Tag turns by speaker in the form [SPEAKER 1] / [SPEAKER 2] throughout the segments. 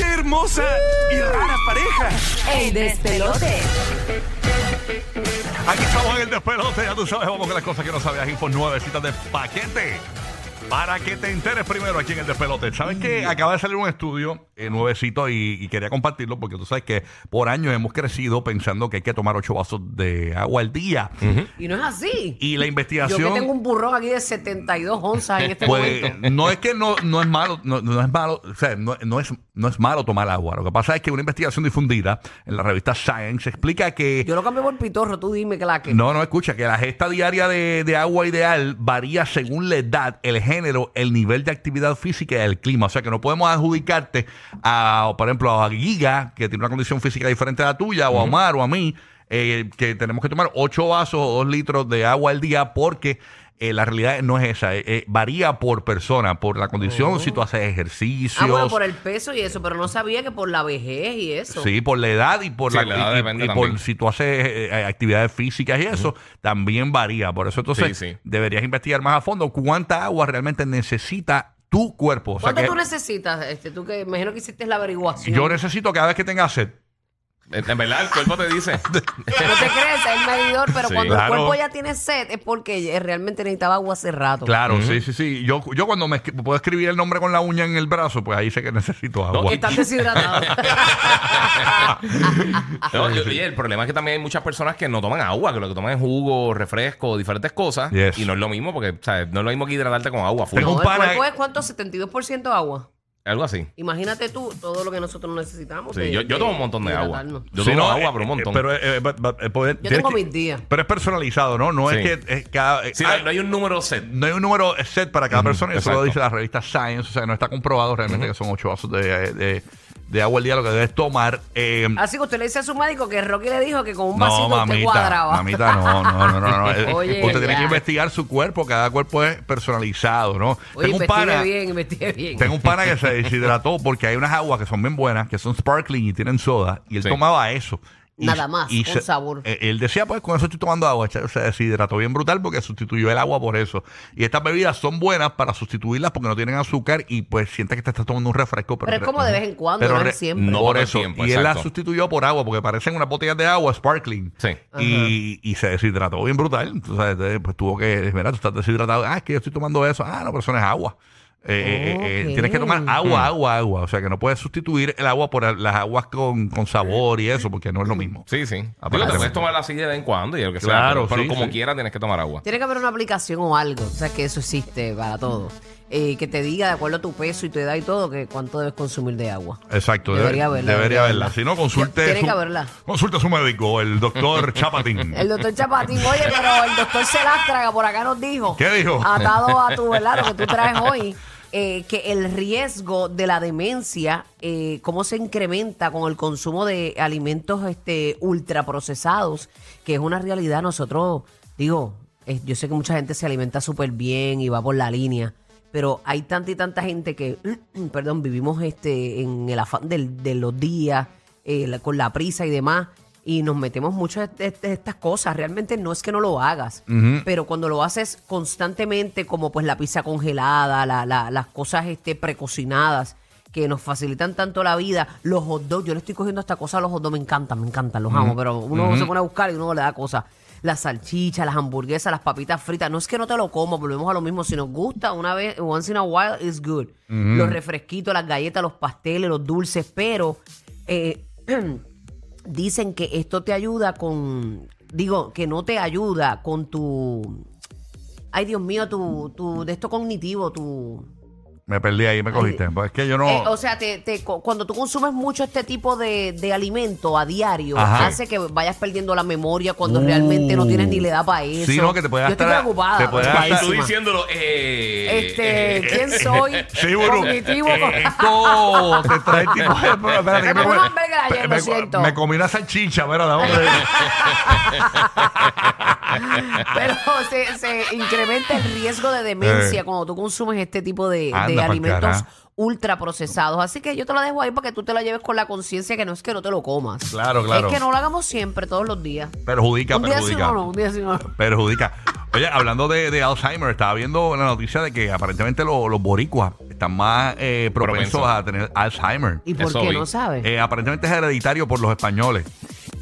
[SPEAKER 1] hermosa y rara pareja.
[SPEAKER 2] El despelote.
[SPEAKER 3] Aquí estamos en el despelote, ya tú sabes, vamos con las cosas que no sabías. Info nuevecitas de paquete. Para que te enteres primero aquí en el despelote. ¿Sabes que Acaba de salir un estudio eh, nuevecito y, y quería compartirlo porque tú sabes que por años hemos crecido pensando que hay que tomar ocho vasos de agua al día.
[SPEAKER 2] Y no es así.
[SPEAKER 3] Y la
[SPEAKER 2] Yo
[SPEAKER 3] investigación...
[SPEAKER 2] que tengo un burrón aquí de 72 onzas en este
[SPEAKER 3] Pues
[SPEAKER 2] momento.
[SPEAKER 3] no es que no, no es malo, no, no es malo, o sea, no, no es, no es malo tomar agua. Lo que pasa es que una investigación difundida en la revista Science explica que
[SPEAKER 2] Yo lo cambié por pitorro, tú dime que la que.
[SPEAKER 3] no, no, escucha, que la gesta diaria de, de agua ideal varía según la edad, el género, el nivel de actividad física y el clima. O sea que no podemos adjudicarte a, por ejemplo, a Giga, que tiene una condición física diferente a la tuya, o a Omar o a mí, eh, que tenemos que tomar 8 vasos o 2 litros de agua al día porque eh, la realidad no es esa. eh, eh, varía por persona, por la condición, si tú haces ejercicios.
[SPEAKER 2] Oh. Ah, bueno, por el peso y eso, pero no sabía que por la vejez y eso.
[SPEAKER 3] Sí, por la edad y por
[SPEAKER 4] Sí,
[SPEAKER 3] la,
[SPEAKER 4] la edad
[SPEAKER 3] y- y-
[SPEAKER 4] depende
[SPEAKER 3] y por
[SPEAKER 4] también.
[SPEAKER 3] si tú haces eh, actividades físicas y eso, también varía. Por eso entonces
[SPEAKER 4] Sí, sí.
[SPEAKER 3] deberías investigar más a fondo cuánta agua realmente necesita tu cuerpo. O sea,
[SPEAKER 2] ¿Cuánto
[SPEAKER 3] que
[SPEAKER 2] tú necesitas? Este, tú que imagino que hiciste la averiguación.
[SPEAKER 3] yo necesito cada vez que tenga sed.
[SPEAKER 4] En en verdad, el cuerpo te dice.
[SPEAKER 2] No te crees, es el medidor, pero
[SPEAKER 4] Sí,
[SPEAKER 2] cuando
[SPEAKER 3] claro.
[SPEAKER 2] el cuerpo ya tiene sed es porque eh, realmente necesitaba agua hace rato.
[SPEAKER 3] Claro, sí, sí, sí. Yo, yo cuando me escri- puedo escribir el nombre con la uña en el brazo, pues ahí sé que necesito agua.
[SPEAKER 2] Que estás deshidratado.
[SPEAKER 4] No, y- y el problema es que también hay muchas personas que no toman agua, que lo que toman es jugo, refresco, diferentes cosas.
[SPEAKER 3] Yes.
[SPEAKER 4] Y no es lo mismo, porque ¿sabes? no es lo mismo que hidratarte con agua, full.
[SPEAKER 3] Tengo
[SPEAKER 2] No,
[SPEAKER 3] un
[SPEAKER 2] el
[SPEAKER 3] pana-
[SPEAKER 2] cuerpo es cuánto, 72% agua.
[SPEAKER 4] Algo así.
[SPEAKER 2] Imagínate tú todo lo que nosotros necesitamos.
[SPEAKER 4] Sí,
[SPEAKER 2] de-
[SPEAKER 4] yo, yo tomo un montón de agua.
[SPEAKER 2] hidratarnos.
[SPEAKER 4] Yo
[SPEAKER 3] Sí,
[SPEAKER 4] tomo
[SPEAKER 3] no,
[SPEAKER 4] agua,
[SPEAKER 3] eh,
[SPEAKER 4] pero un montón.
[SPEAKER 3] eh, Pero, eh, but- but- eh, pues,
[SPEAKER 2] Yo
[SPEAKER 3] tienes
[SPEAKER 2] tengo
[SPEAKER 3] que-
[SPEAKER 2] mis días.
[SPEAKER 3] Pero es personalizado, ¿no? No
[SPEAKER 4] Sí.
[SPEAKER 3] es que es cada- eh, ah,
[SPEAKER 4] Sí,
[SPEAKER 3] hay-
[SPEAKER 4] no, no hay un número set.
[SPEAKER 3] No hay un número set para cada persona, eso lo
[SPEAKER 4] exacto.
[SPEAKER 3] dice la revista Science, o sea, no está comprobado realmente que son ocho vasos de, de- de agua al día lo que debes tomar. Eh,
[SPEAKER 2] Así que usted le dice a su médico que Rocky le dijo que con un vasito
[SPEAKER 3] no,
[SPEAKER 2] usted
[SPEAKER 3] mamita,
[SPEAKER 2] cuadraba.
[SPEAKER 3] mamita, no, no, no, no. no. Eh,
[SPEAKER 2] Oye,
[SPEAKER 3] usted tiene
[SPEAKER 2] ya.
[SPEAKER 3] que investigar su cuerpo, cada cuerpo es personalizado, ¿no?
[SPEAKER 2] Oye,
[SPEAKER 3] tengo un
[SPEAKER 2] investigue
[SPEAKER 3] pana,
[SPEAKER 2] bien, investigue bien.
[SPEAKER 3] tengo un pana que se deshidrató porque hay unas aguas que son bien buenas, que son sparkling y tienen soda, y él
[SPEAKER 4] Sí.
[SPEAKER 3] tomaba eso. Y-
[SPEAKER 2] Nada más,
[SPEAKER 3] y
[SPEAKER 2] un
[SPEAKER 3] se-
[SPEAKER 2] sabor.
[SPEAKER 3] eh, Él decía, pues con eso estoy tomando agua. chacho, Se deshidrató bien brutal porque sustituyó el agua por eso. Y estas bebidas son buenas para sustituirlas porque no tienen azúcar y pues sientes que te estás tomando un refresco. Pero,
[SPEAKER 2] Pero es como de vez en cuando, no es
[SPEAKER 3] re-
[SPEAKER 2] siempre.
[SPEAKER 4] No
[SPEAKER 3] por
[SPEAKER 4] todo el
[SPEAKER 3] eso.
[SPEAKER 4] tiempo,
[SPEAKER 3] y él las
[SPEAKER 4] exacto.
[SPEAKER 3] sustituyó por agua porque parecen unas botellas de agua sparkling.
[SPEAKER 4] Sí.
[SPEAKER 3] Y, y se deshidrató bien brutal. Entonces, entonces, pues tuvo que, mira, tú estás deshidratado. Ah, es que yo estoy tomando eso. Ah, no, pero eso no es agua. Eh, eh, eh,
[SPEAKER 2] Ok. Hmm.
[SPEAKER 3] tienes que tomar agua, agua, agua. O sea que no puedes sustituir el agua por las aguas con, con sabor y eso, porque no es lo mismo.
[SPEAKER 4] Sí, sí.
[SPEAKER 3] Ah,
[SPEAKER 4] Digo,
[SPEAKER 3] pero-
[SPEAKER 4] te puedes tomar así de vez en cuando y lo que sea.
[SPEAKER 3] Claro,
[SPEAKER 4] pero- pero
[SPEAKER 3] sí,
[SPEAKER 4] como
[SPEAKER 3] sí.
[SPEAKER 4] quiera tienes que tomar agua.
[SPEAKER 2] Tiene que haber una aplicación o algo, o sea, que eso existe para todo. Eh, que te diga de acuerdo a tu peso y tu edad y todo, que cuánto debes consumir de agua.
[SPEAKER 3] Exacto,
[SPEAKER 2] Debería
[SPEAKER 3] debería,
[SPEAKER 2] haberla,
[SPEAKER 3] verla.
[SPEAKER 2] debería
[SPEAKER 3] Debería
[SPEAKER 2] haberla.
[SPEAKER 3] haberla. Si no, consulte,
[SPEAKER 2] Tiene que
[SPEAKER 3] su,
[SPEAKER 2] haberla.
[SPEAKER 3] consulte a su médico, el doctor Chapatín.
[SPEAKER 2] El doctor Chapatín, oye, pero el doctor Celástraga por acá nos dijo.
[SPEAKER 3] ¿Qué dijo?
[SPEAKER 2] Atado a tu, ¿verdad? Lo que tú traes hoy. eh, que el riesgo de la demencia, eh, cómo se incrementa con el consumo de alimentos este, ultraprocesados, que es una realidad. Nosotros, digo, eh, yo sé que mucha gente se alimenta súper bien y va por la línea, pero hay tanta y tanta gente que, perdón, vivimos este en el afán del- de los días, eh, la- con la prisa y demás, y nos metemos mucho en este- este- estas cosas. Realmente no es que no lo hagas, pero cuando lo haces constantemente, como pues la pizza congelada, la- la- las cosas este, precocinadas, que nos facilitan tanto la vida, los hot dogs, yo le estoy cogiendo esta cosa a los hot dogs, me encantan, me encantan, los amo, pero uno se pone a buscar y uno le da cosas. Las salchichas, las hamburguesas, las papitas fritas. No es que no te lo como, volvemos a lo mismo. Si nos gusta una vez, once in a while, it's good. Los refresquitos, las galletas, los pasteles, los dulces, pero eh, dicen que esto te ayuda con, digo, que no te ayuda con tu, ay Dios mío, tu, tu de esto cognitivo, tu...
[SPEAKER 3] Me perdí ahí, me cogiste. Pues es que yo no.
[SPEAKER 2] Eh, o sea, te, te- cu- cuando tú consumes mucho este tipo de, de alimento a diario,
[SPEAKER 3] Ajá. Uh.
[SPEAKER 2] hace que vayas perdiendo la memoria cuando realmente no tienes ni la edad para eso.
[SPEAKER 3] Sí, no, que te puedes
[SPEAKER 2] Yo estoy
[SPEAKER 3] hasta-
[SPEAKER 2] preocupada.
[SPEAKER 3] te puedes
[SPEAKER 2] preocupadísima.
[SPEAKER 3] hasta-
[SPEAKER 4] Tú diciéndolo, eh,
[SPEAKER 2] Este,
[SPEAKER 4] eh,
[SPEAKER 2] ¿quién soy?
[SPEAKER 3] Sí, bueno.
[SPEAKER 2] Cognitivo.
[SPEAKER 3] Eh, esto te trae tipo de- pero espérate, que
[SPEAKER 2] Pero
[SPEAKER 3] me-
[SPEAKER 2] no hamburgues ayer,
[SPEAKER 3] me-
[SPEAKER 2] lo
[SPEAKER 3] me-
[SPEAKER 2] siento.
[SPEAKER 3] Me comí una salchicha, mira, la hombre.
[SPEAKER 2] Pero se, se incrementa el riesgo de demencia
[SPEAKER 3] Eh.
[SPEAKER 2] cuando tú consumes este tipo de, de
[SPEAKER 3] Anda pa'l
[SPEAKER 2] alimentos
[SPEAKER 3] carajo.
[SPEAKER 2] ultraprocesados. Así que yo te lo dejo ahí para que tú te lo lleves con la conciencia que no es que no te lo comas.
[SPEAKER 3] Claro, claro.
[SPEAKER 2] Es que no lo hagamos siempre, todos los días.
[SPEAKER 3] Perjudica,
[SPEAKER 2] Un día sí,
[SPEAKER 3] perjudica.
[SPEAKER 2] uno no, un día sí, uno no.
[SPEAKER 3] Perjudica. Oye, hablando de, de Alzheimer, estaba viendo la noticia de que aparentemente lo- los boricuas están están más eh, propensos
[SPEAKER 4] Propenso.
[SPEAKER 3] a tener Alzheimer.
[SPEAKER 2] ¿Y pues. por
[SPEAKER 4] Eso
[SPEAKER 2] qué
[SPEAKER 4] vi.
[SPEAKER 2] no sabes?
[SPEAKER 3] Eh, aparentemente es hereditario por los españoles.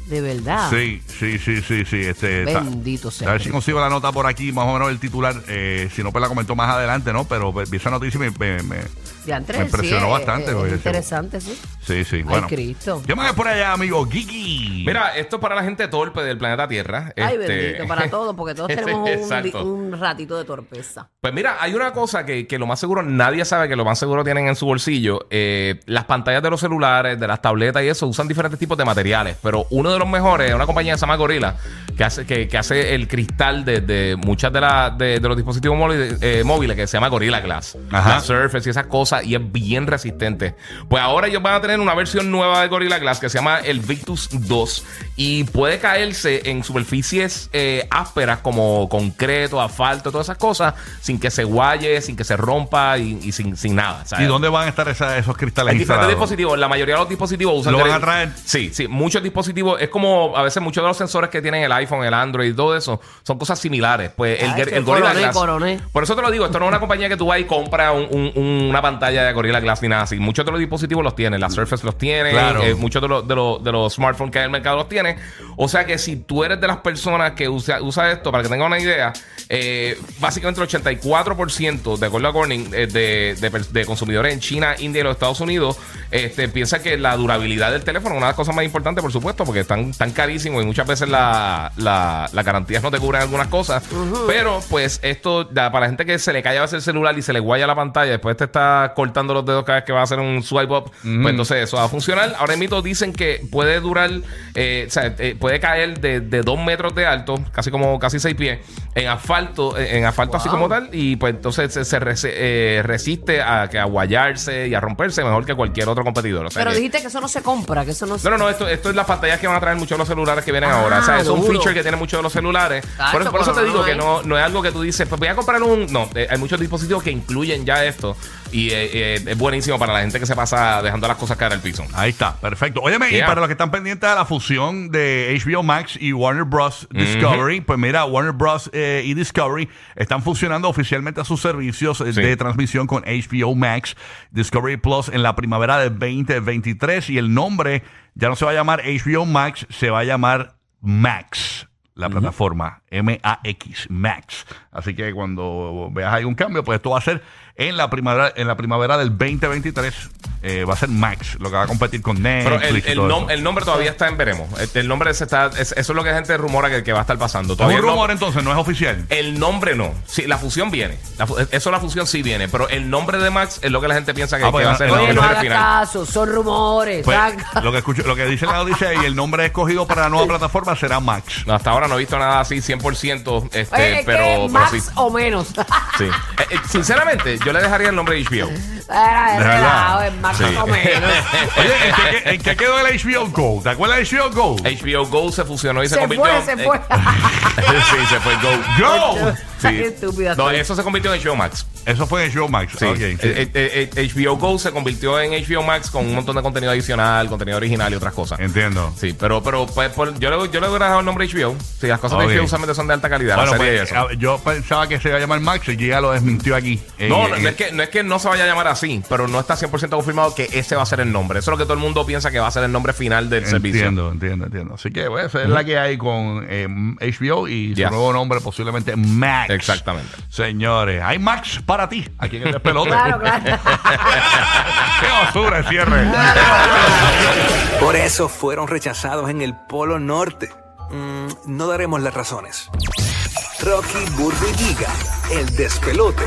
[SPEAKER 2] de verdad.
[SPEAKER 3] Sí, sí, sí, sí, sí. Este, está-
[SPEAKER 2] Ah. Bendito sea.
[SPEAKER 3] a ver si consigo la nota por aquí, más o menos el titular. eh, si no, pues la comentó más adelante, ¿no? Pero pues, vi esa noticia y me. me- me-
[SPEAKER 2] De antes,
[SPEAKER 3] me impresionó bastante, porque yo-
[SPEAKER 2] interesante, sí.
[SPEAKER 3] sí, sí. Bueno.
[SPEAKER 2] Cristo.
[SPEAKER 3] ¿Qué más es por allá, amigo? Gigi.
[SPEAKER 4] Mira, esto es para la gente torpe del planeta Tierra.
[SPEAKER 2] Ay,
[SPEAKER 4] Este-
[SPEAKER 2] bendito, para todos, porque todos
[SPEAKER 4] Este-
[SPEAKER 2] tenemos un, di-
[SPEAKER 4] exacto.
[SPEAKER 2] un ratito de torpeza.
[SPEAKER 4] Pues mira, hay una cosa que, que lo más seguro nadie sabe que lo más seguro tienen en su bolsillo. Eh, las pantallas de los celulares, de las tabletas y eso usan diferentes tipos de materiales. Pero uno de los mejores es una compañía que se llama Gorilla, que hace, que, que hace el cristal de, de muchas de, las de, de los dispositivos móviles, eh, móviles que se llama Gorilla Glass.
[SPEAKER 3] Ajá.
[SPEAKER 4] La Surface y esas cosas, y es bien resistente. Pues ahora ellos van a tener una versión nueva de Gorilla Glass que se llama el Victus 2 y puede caerse en superficies eh, ásperas como concreto, asfalto, todas esas cosas, sin que se guaye, sin que se rompa y, y sin, sin nada. ¿sabes?
[SPEAKER 3] ¿Y dónde van a estar esa- esos cristales
[SPEAKER 4] Hay diferentes
[SPEAKER 3] instalados?
[SPEAKER 4] dispositivos. eh, La mayoría de los dispositivos usan.
[SPEAKER 3] ¿Lo van
[SPEAKER 4] tele-
[SPEAKER 3] a traer?
[SPEAKER 4] Sí, sí. Muchos dispositivos. Es como a veces muchos de los sensores que tienen el iPhone, el Android y todo eso son cosas similares. Pues el,
[SPEAKER 2] Ah,
[SPEAKER 4] Gor-
[SPEAKER 2] ese
[SPEAKER 4] el Gorilla
[SPEAKER 2] coroné,
[SPEAKER 4] Glass.
[SPEAKER 2] coroné.
[SPEAKER 4] Por eso te lo digo. Esto no es una compañía que tú vas y compras un- un- un- una pantalla de Gorilla Glass ni nada así. Muchos de los dispositivos los tienen. La Surface los tiene.
[SPEAKER 3] Claro.
[SPEAKER 4] eh, muchos de los, de, los, de los smartphones que hay en el mercado los tienen. O sea que si tú eres de las personas que usa, usa esto, para que tengan una idea, eh, básicamente el 84%, de acuerdo a Corning, eh, de, de pers- de consumidores en China, India y los Estados Unidos, este, piensa que la durabilidad del teléfono es una de las cosas más importantes, por supuesto, porque están tan carísimos y muchas veces la, la, las garantías no te cubren algunas cosas. Pero pues esto, da- para la gente que se le cae a veces el celular y se le guaya la pantalla, después te está cortando los dedos cada vez que va a hacer un swipe up, pues entonces eso va a funcionar. Ahora mismo dicen que puede durar, eh, o sea, eh, puede caer de, de dos metros de alto, casi como casi seis pies, en asfalto, eh, en asfalto así
[SPEAKER 2] Wow.
[SPEAKER 4] como tal, y pues entonces se, se res- eh, resiste a, que a guayarse y a romperse mejor que cualquier otro competidor. O sea
[SPEAKER 2] Pero
[SPEAKER 4] que-
[SPEAKER 2] dijiste que eso no se compra, que eso no se...
[SPEAKER 4] no, no, no, esto, esto es las pantallas que van a traer muchos de los celulares que vienen
[SPEAKER 2] Ah,
[SPEAKER 4] ahora. O sea, es un
[SPEAKER 2] duro.
[SPEAKER 4] feature que tienen muchos de los celulares.
[SPEAKER 2] Tacho,
[SPEAKER 4] por eso, por eso te
[SPEAKER 2] pero no
[SPEAKER 4] digo que
[SPEAKER 2] hay.
[SPEAKER 4] no, no es algo que tú dices, pues voy a comprar un. No, eh, hay muchos dispositivos que incluyen ya esto. Y eh, eh, es buenísimo para la gente que se pasa dejando las cosas caer al piso.
[SPEAKER 3] Ahí está, perfecto. Óyeme, y
[SPEAKER 4] Yeah.
[SPEAKER 3] para los que están pendientes de la fusión de HBO Max y Warner Bros. Discovery, pues mira, Warner Bros. eh, y Discovery están fusionando oficialmente a sus servicios eh,
[SPEAKER 4] Sí.
[SPEAKER 3] de transmisión con HBO Max, Discovery Plus en la primavera del 2023 y el nombre ya no se va a llamar HBO Max, se va a llamar Max. La plataforma M-A-X, Max. Así que cuando veas algún cambio, pues esto va a ser en la primavera, en la primavera del 2023. eh, va a ser Max, lo que va a competir con Netflix.
[SPEAKER 4] Pero el,
[SPEAKER 3] y
[SPEAKER 4] el
[SPEAKER 3] todo
[SPEAKER 4] nom-
[SPEAKER 3] eso.
[SPEAKER 4] el nombre todavía está en veremos. El, el nombre se está, es- eso es lo que la gente rumora que, que va a estar pasando.
[SPEAKER 3] Es
[SPEAKER 4] Todavía
[SPEAKER 3] un
[SPEAKER 4] no-
[SPEAKER 3] rumor entonces, no es oficial.
[SPEAKER 4] El nombre no. Sí, la fusión viene. La fu- eso la fusión sí viene. Pero el nombre de Max es lo que la gente piensa que,
[SPEAKER 3] Ah, pues,
[SPEAKER 4] que va a ser
[SPEAKER 3] no,
[SPEAKER 4] el
[SPEAKER 2] Oye,
[SPEAKER 3] no,
[SPEAKER 2] no
[SPEAKER 4] nombre
[SPEAKER 2] hagas
[SPEAKER 4] final.
[SPEAKER 2] caso, son rumores.
[SPEAKER 3] Pues,
[SPEAKER 2] saca.
[SPEAKER 3] lo que escucho, lo que dice la noticia y el nombre escogido para la nueva plataforma será Max.
[SPEAKER 4] No, hasta ahora no he visto nada así 100%, este,
[SPEAKER 2] Oye, es que
[SPEAKER 4] pero, pero
[SPEAKER 2] más
[SPEAKER 4] sí.
[SPEAKER 2] o menos.
[SPEAKER 4] sí. Eh, eh, sinceramente, yo le dejaría el nombre de HBO.
[SPEAKER 2] Era
[SPEAKER 3] De
[SPEAKER 2] relajo,
[SPEAKER 3] verdad.
[SPEAKER 2] es más
[SPEAKER 4] Sí.
[SPEAKER 2] o menos.
[SPEAKER 3] Oye, ¿en qué, en qué quedó el HBO Go? ¿Te acuerdas del HBO Go?
[SPEAKER 4] HBO Go se fusionó y se,
[SPEAKER 2] Se
[SPEAKER 4] convirtió
[SPEAKER 2] fue,
[SPEAKER 4] en- eh,
[SPEAKER 2] se fue.
[SPEAKER 4] sí, se fue Go.
[SPEAKER 3] ¡Go!
[SPEAKER 2] Qué estúpido.
[SPEAKER 4] No, eso se convirtió en HBO Max.
[SPEAKER 3] Eso fue en HBO Max.
[SPEAKER 4] Sí.
[SPEAKER 3] ok.
[SPEAKER 4] Eh, eh, eh, HBO Go se convirtió en HBO Max con un montón de contenido adicional, contenido original y otras cosas.
[SPEAKER 3] Entiendo.
[SPEAKER 4] Sí, pero, pero pues, por- yo, le, yo le hubiera dejado el nombre HBO. Sí, las cosas
[SPEAKER 3] Ok.
[SPEAKER 4] de HBO usualmente son de alta calidad. la
[SPEAKER 3] Bueno,
[SPEAKER 4] serie
[SPEAKER 3] pues,
[SPEAKER 4] y eso.
[SPEAKER 3] a- yo pensaba que se iba a llamar Max y ya lo desmintió aquí. Eh,
[SPEAKER 4] No, no,
[SPEAKER 3] eh,
[SPEAKER 4] no es que, no es que no se vaya a llamar así, pero no está 100% confirmado que ese va a ser el nombre. Eso es lo que todo el mundo piensa que va a ser el nombre final del servicio.
[SPEAKER 3] Entiendo, entiendo, entiendo. Así que bueno, esa es la que hay con eh, HBO y
[SPEAKER 4] Yes.
[SPEAKER 3] su nuevo nombre posiblemente Max.
[SPEAKER 4] Exactamente.
[SPEAKER 3] Señores, hay Max para ti. Aquí en el despelote.
[SPEAKER 2] Claro, claro.
[SPEAKER 3] Qué basura el cierre.
[SPEAKER 1] Por eso fueron rechazados en el Polo Norte. Mm, no daremos las razones. Rocky Burbu y Giga, el despelote.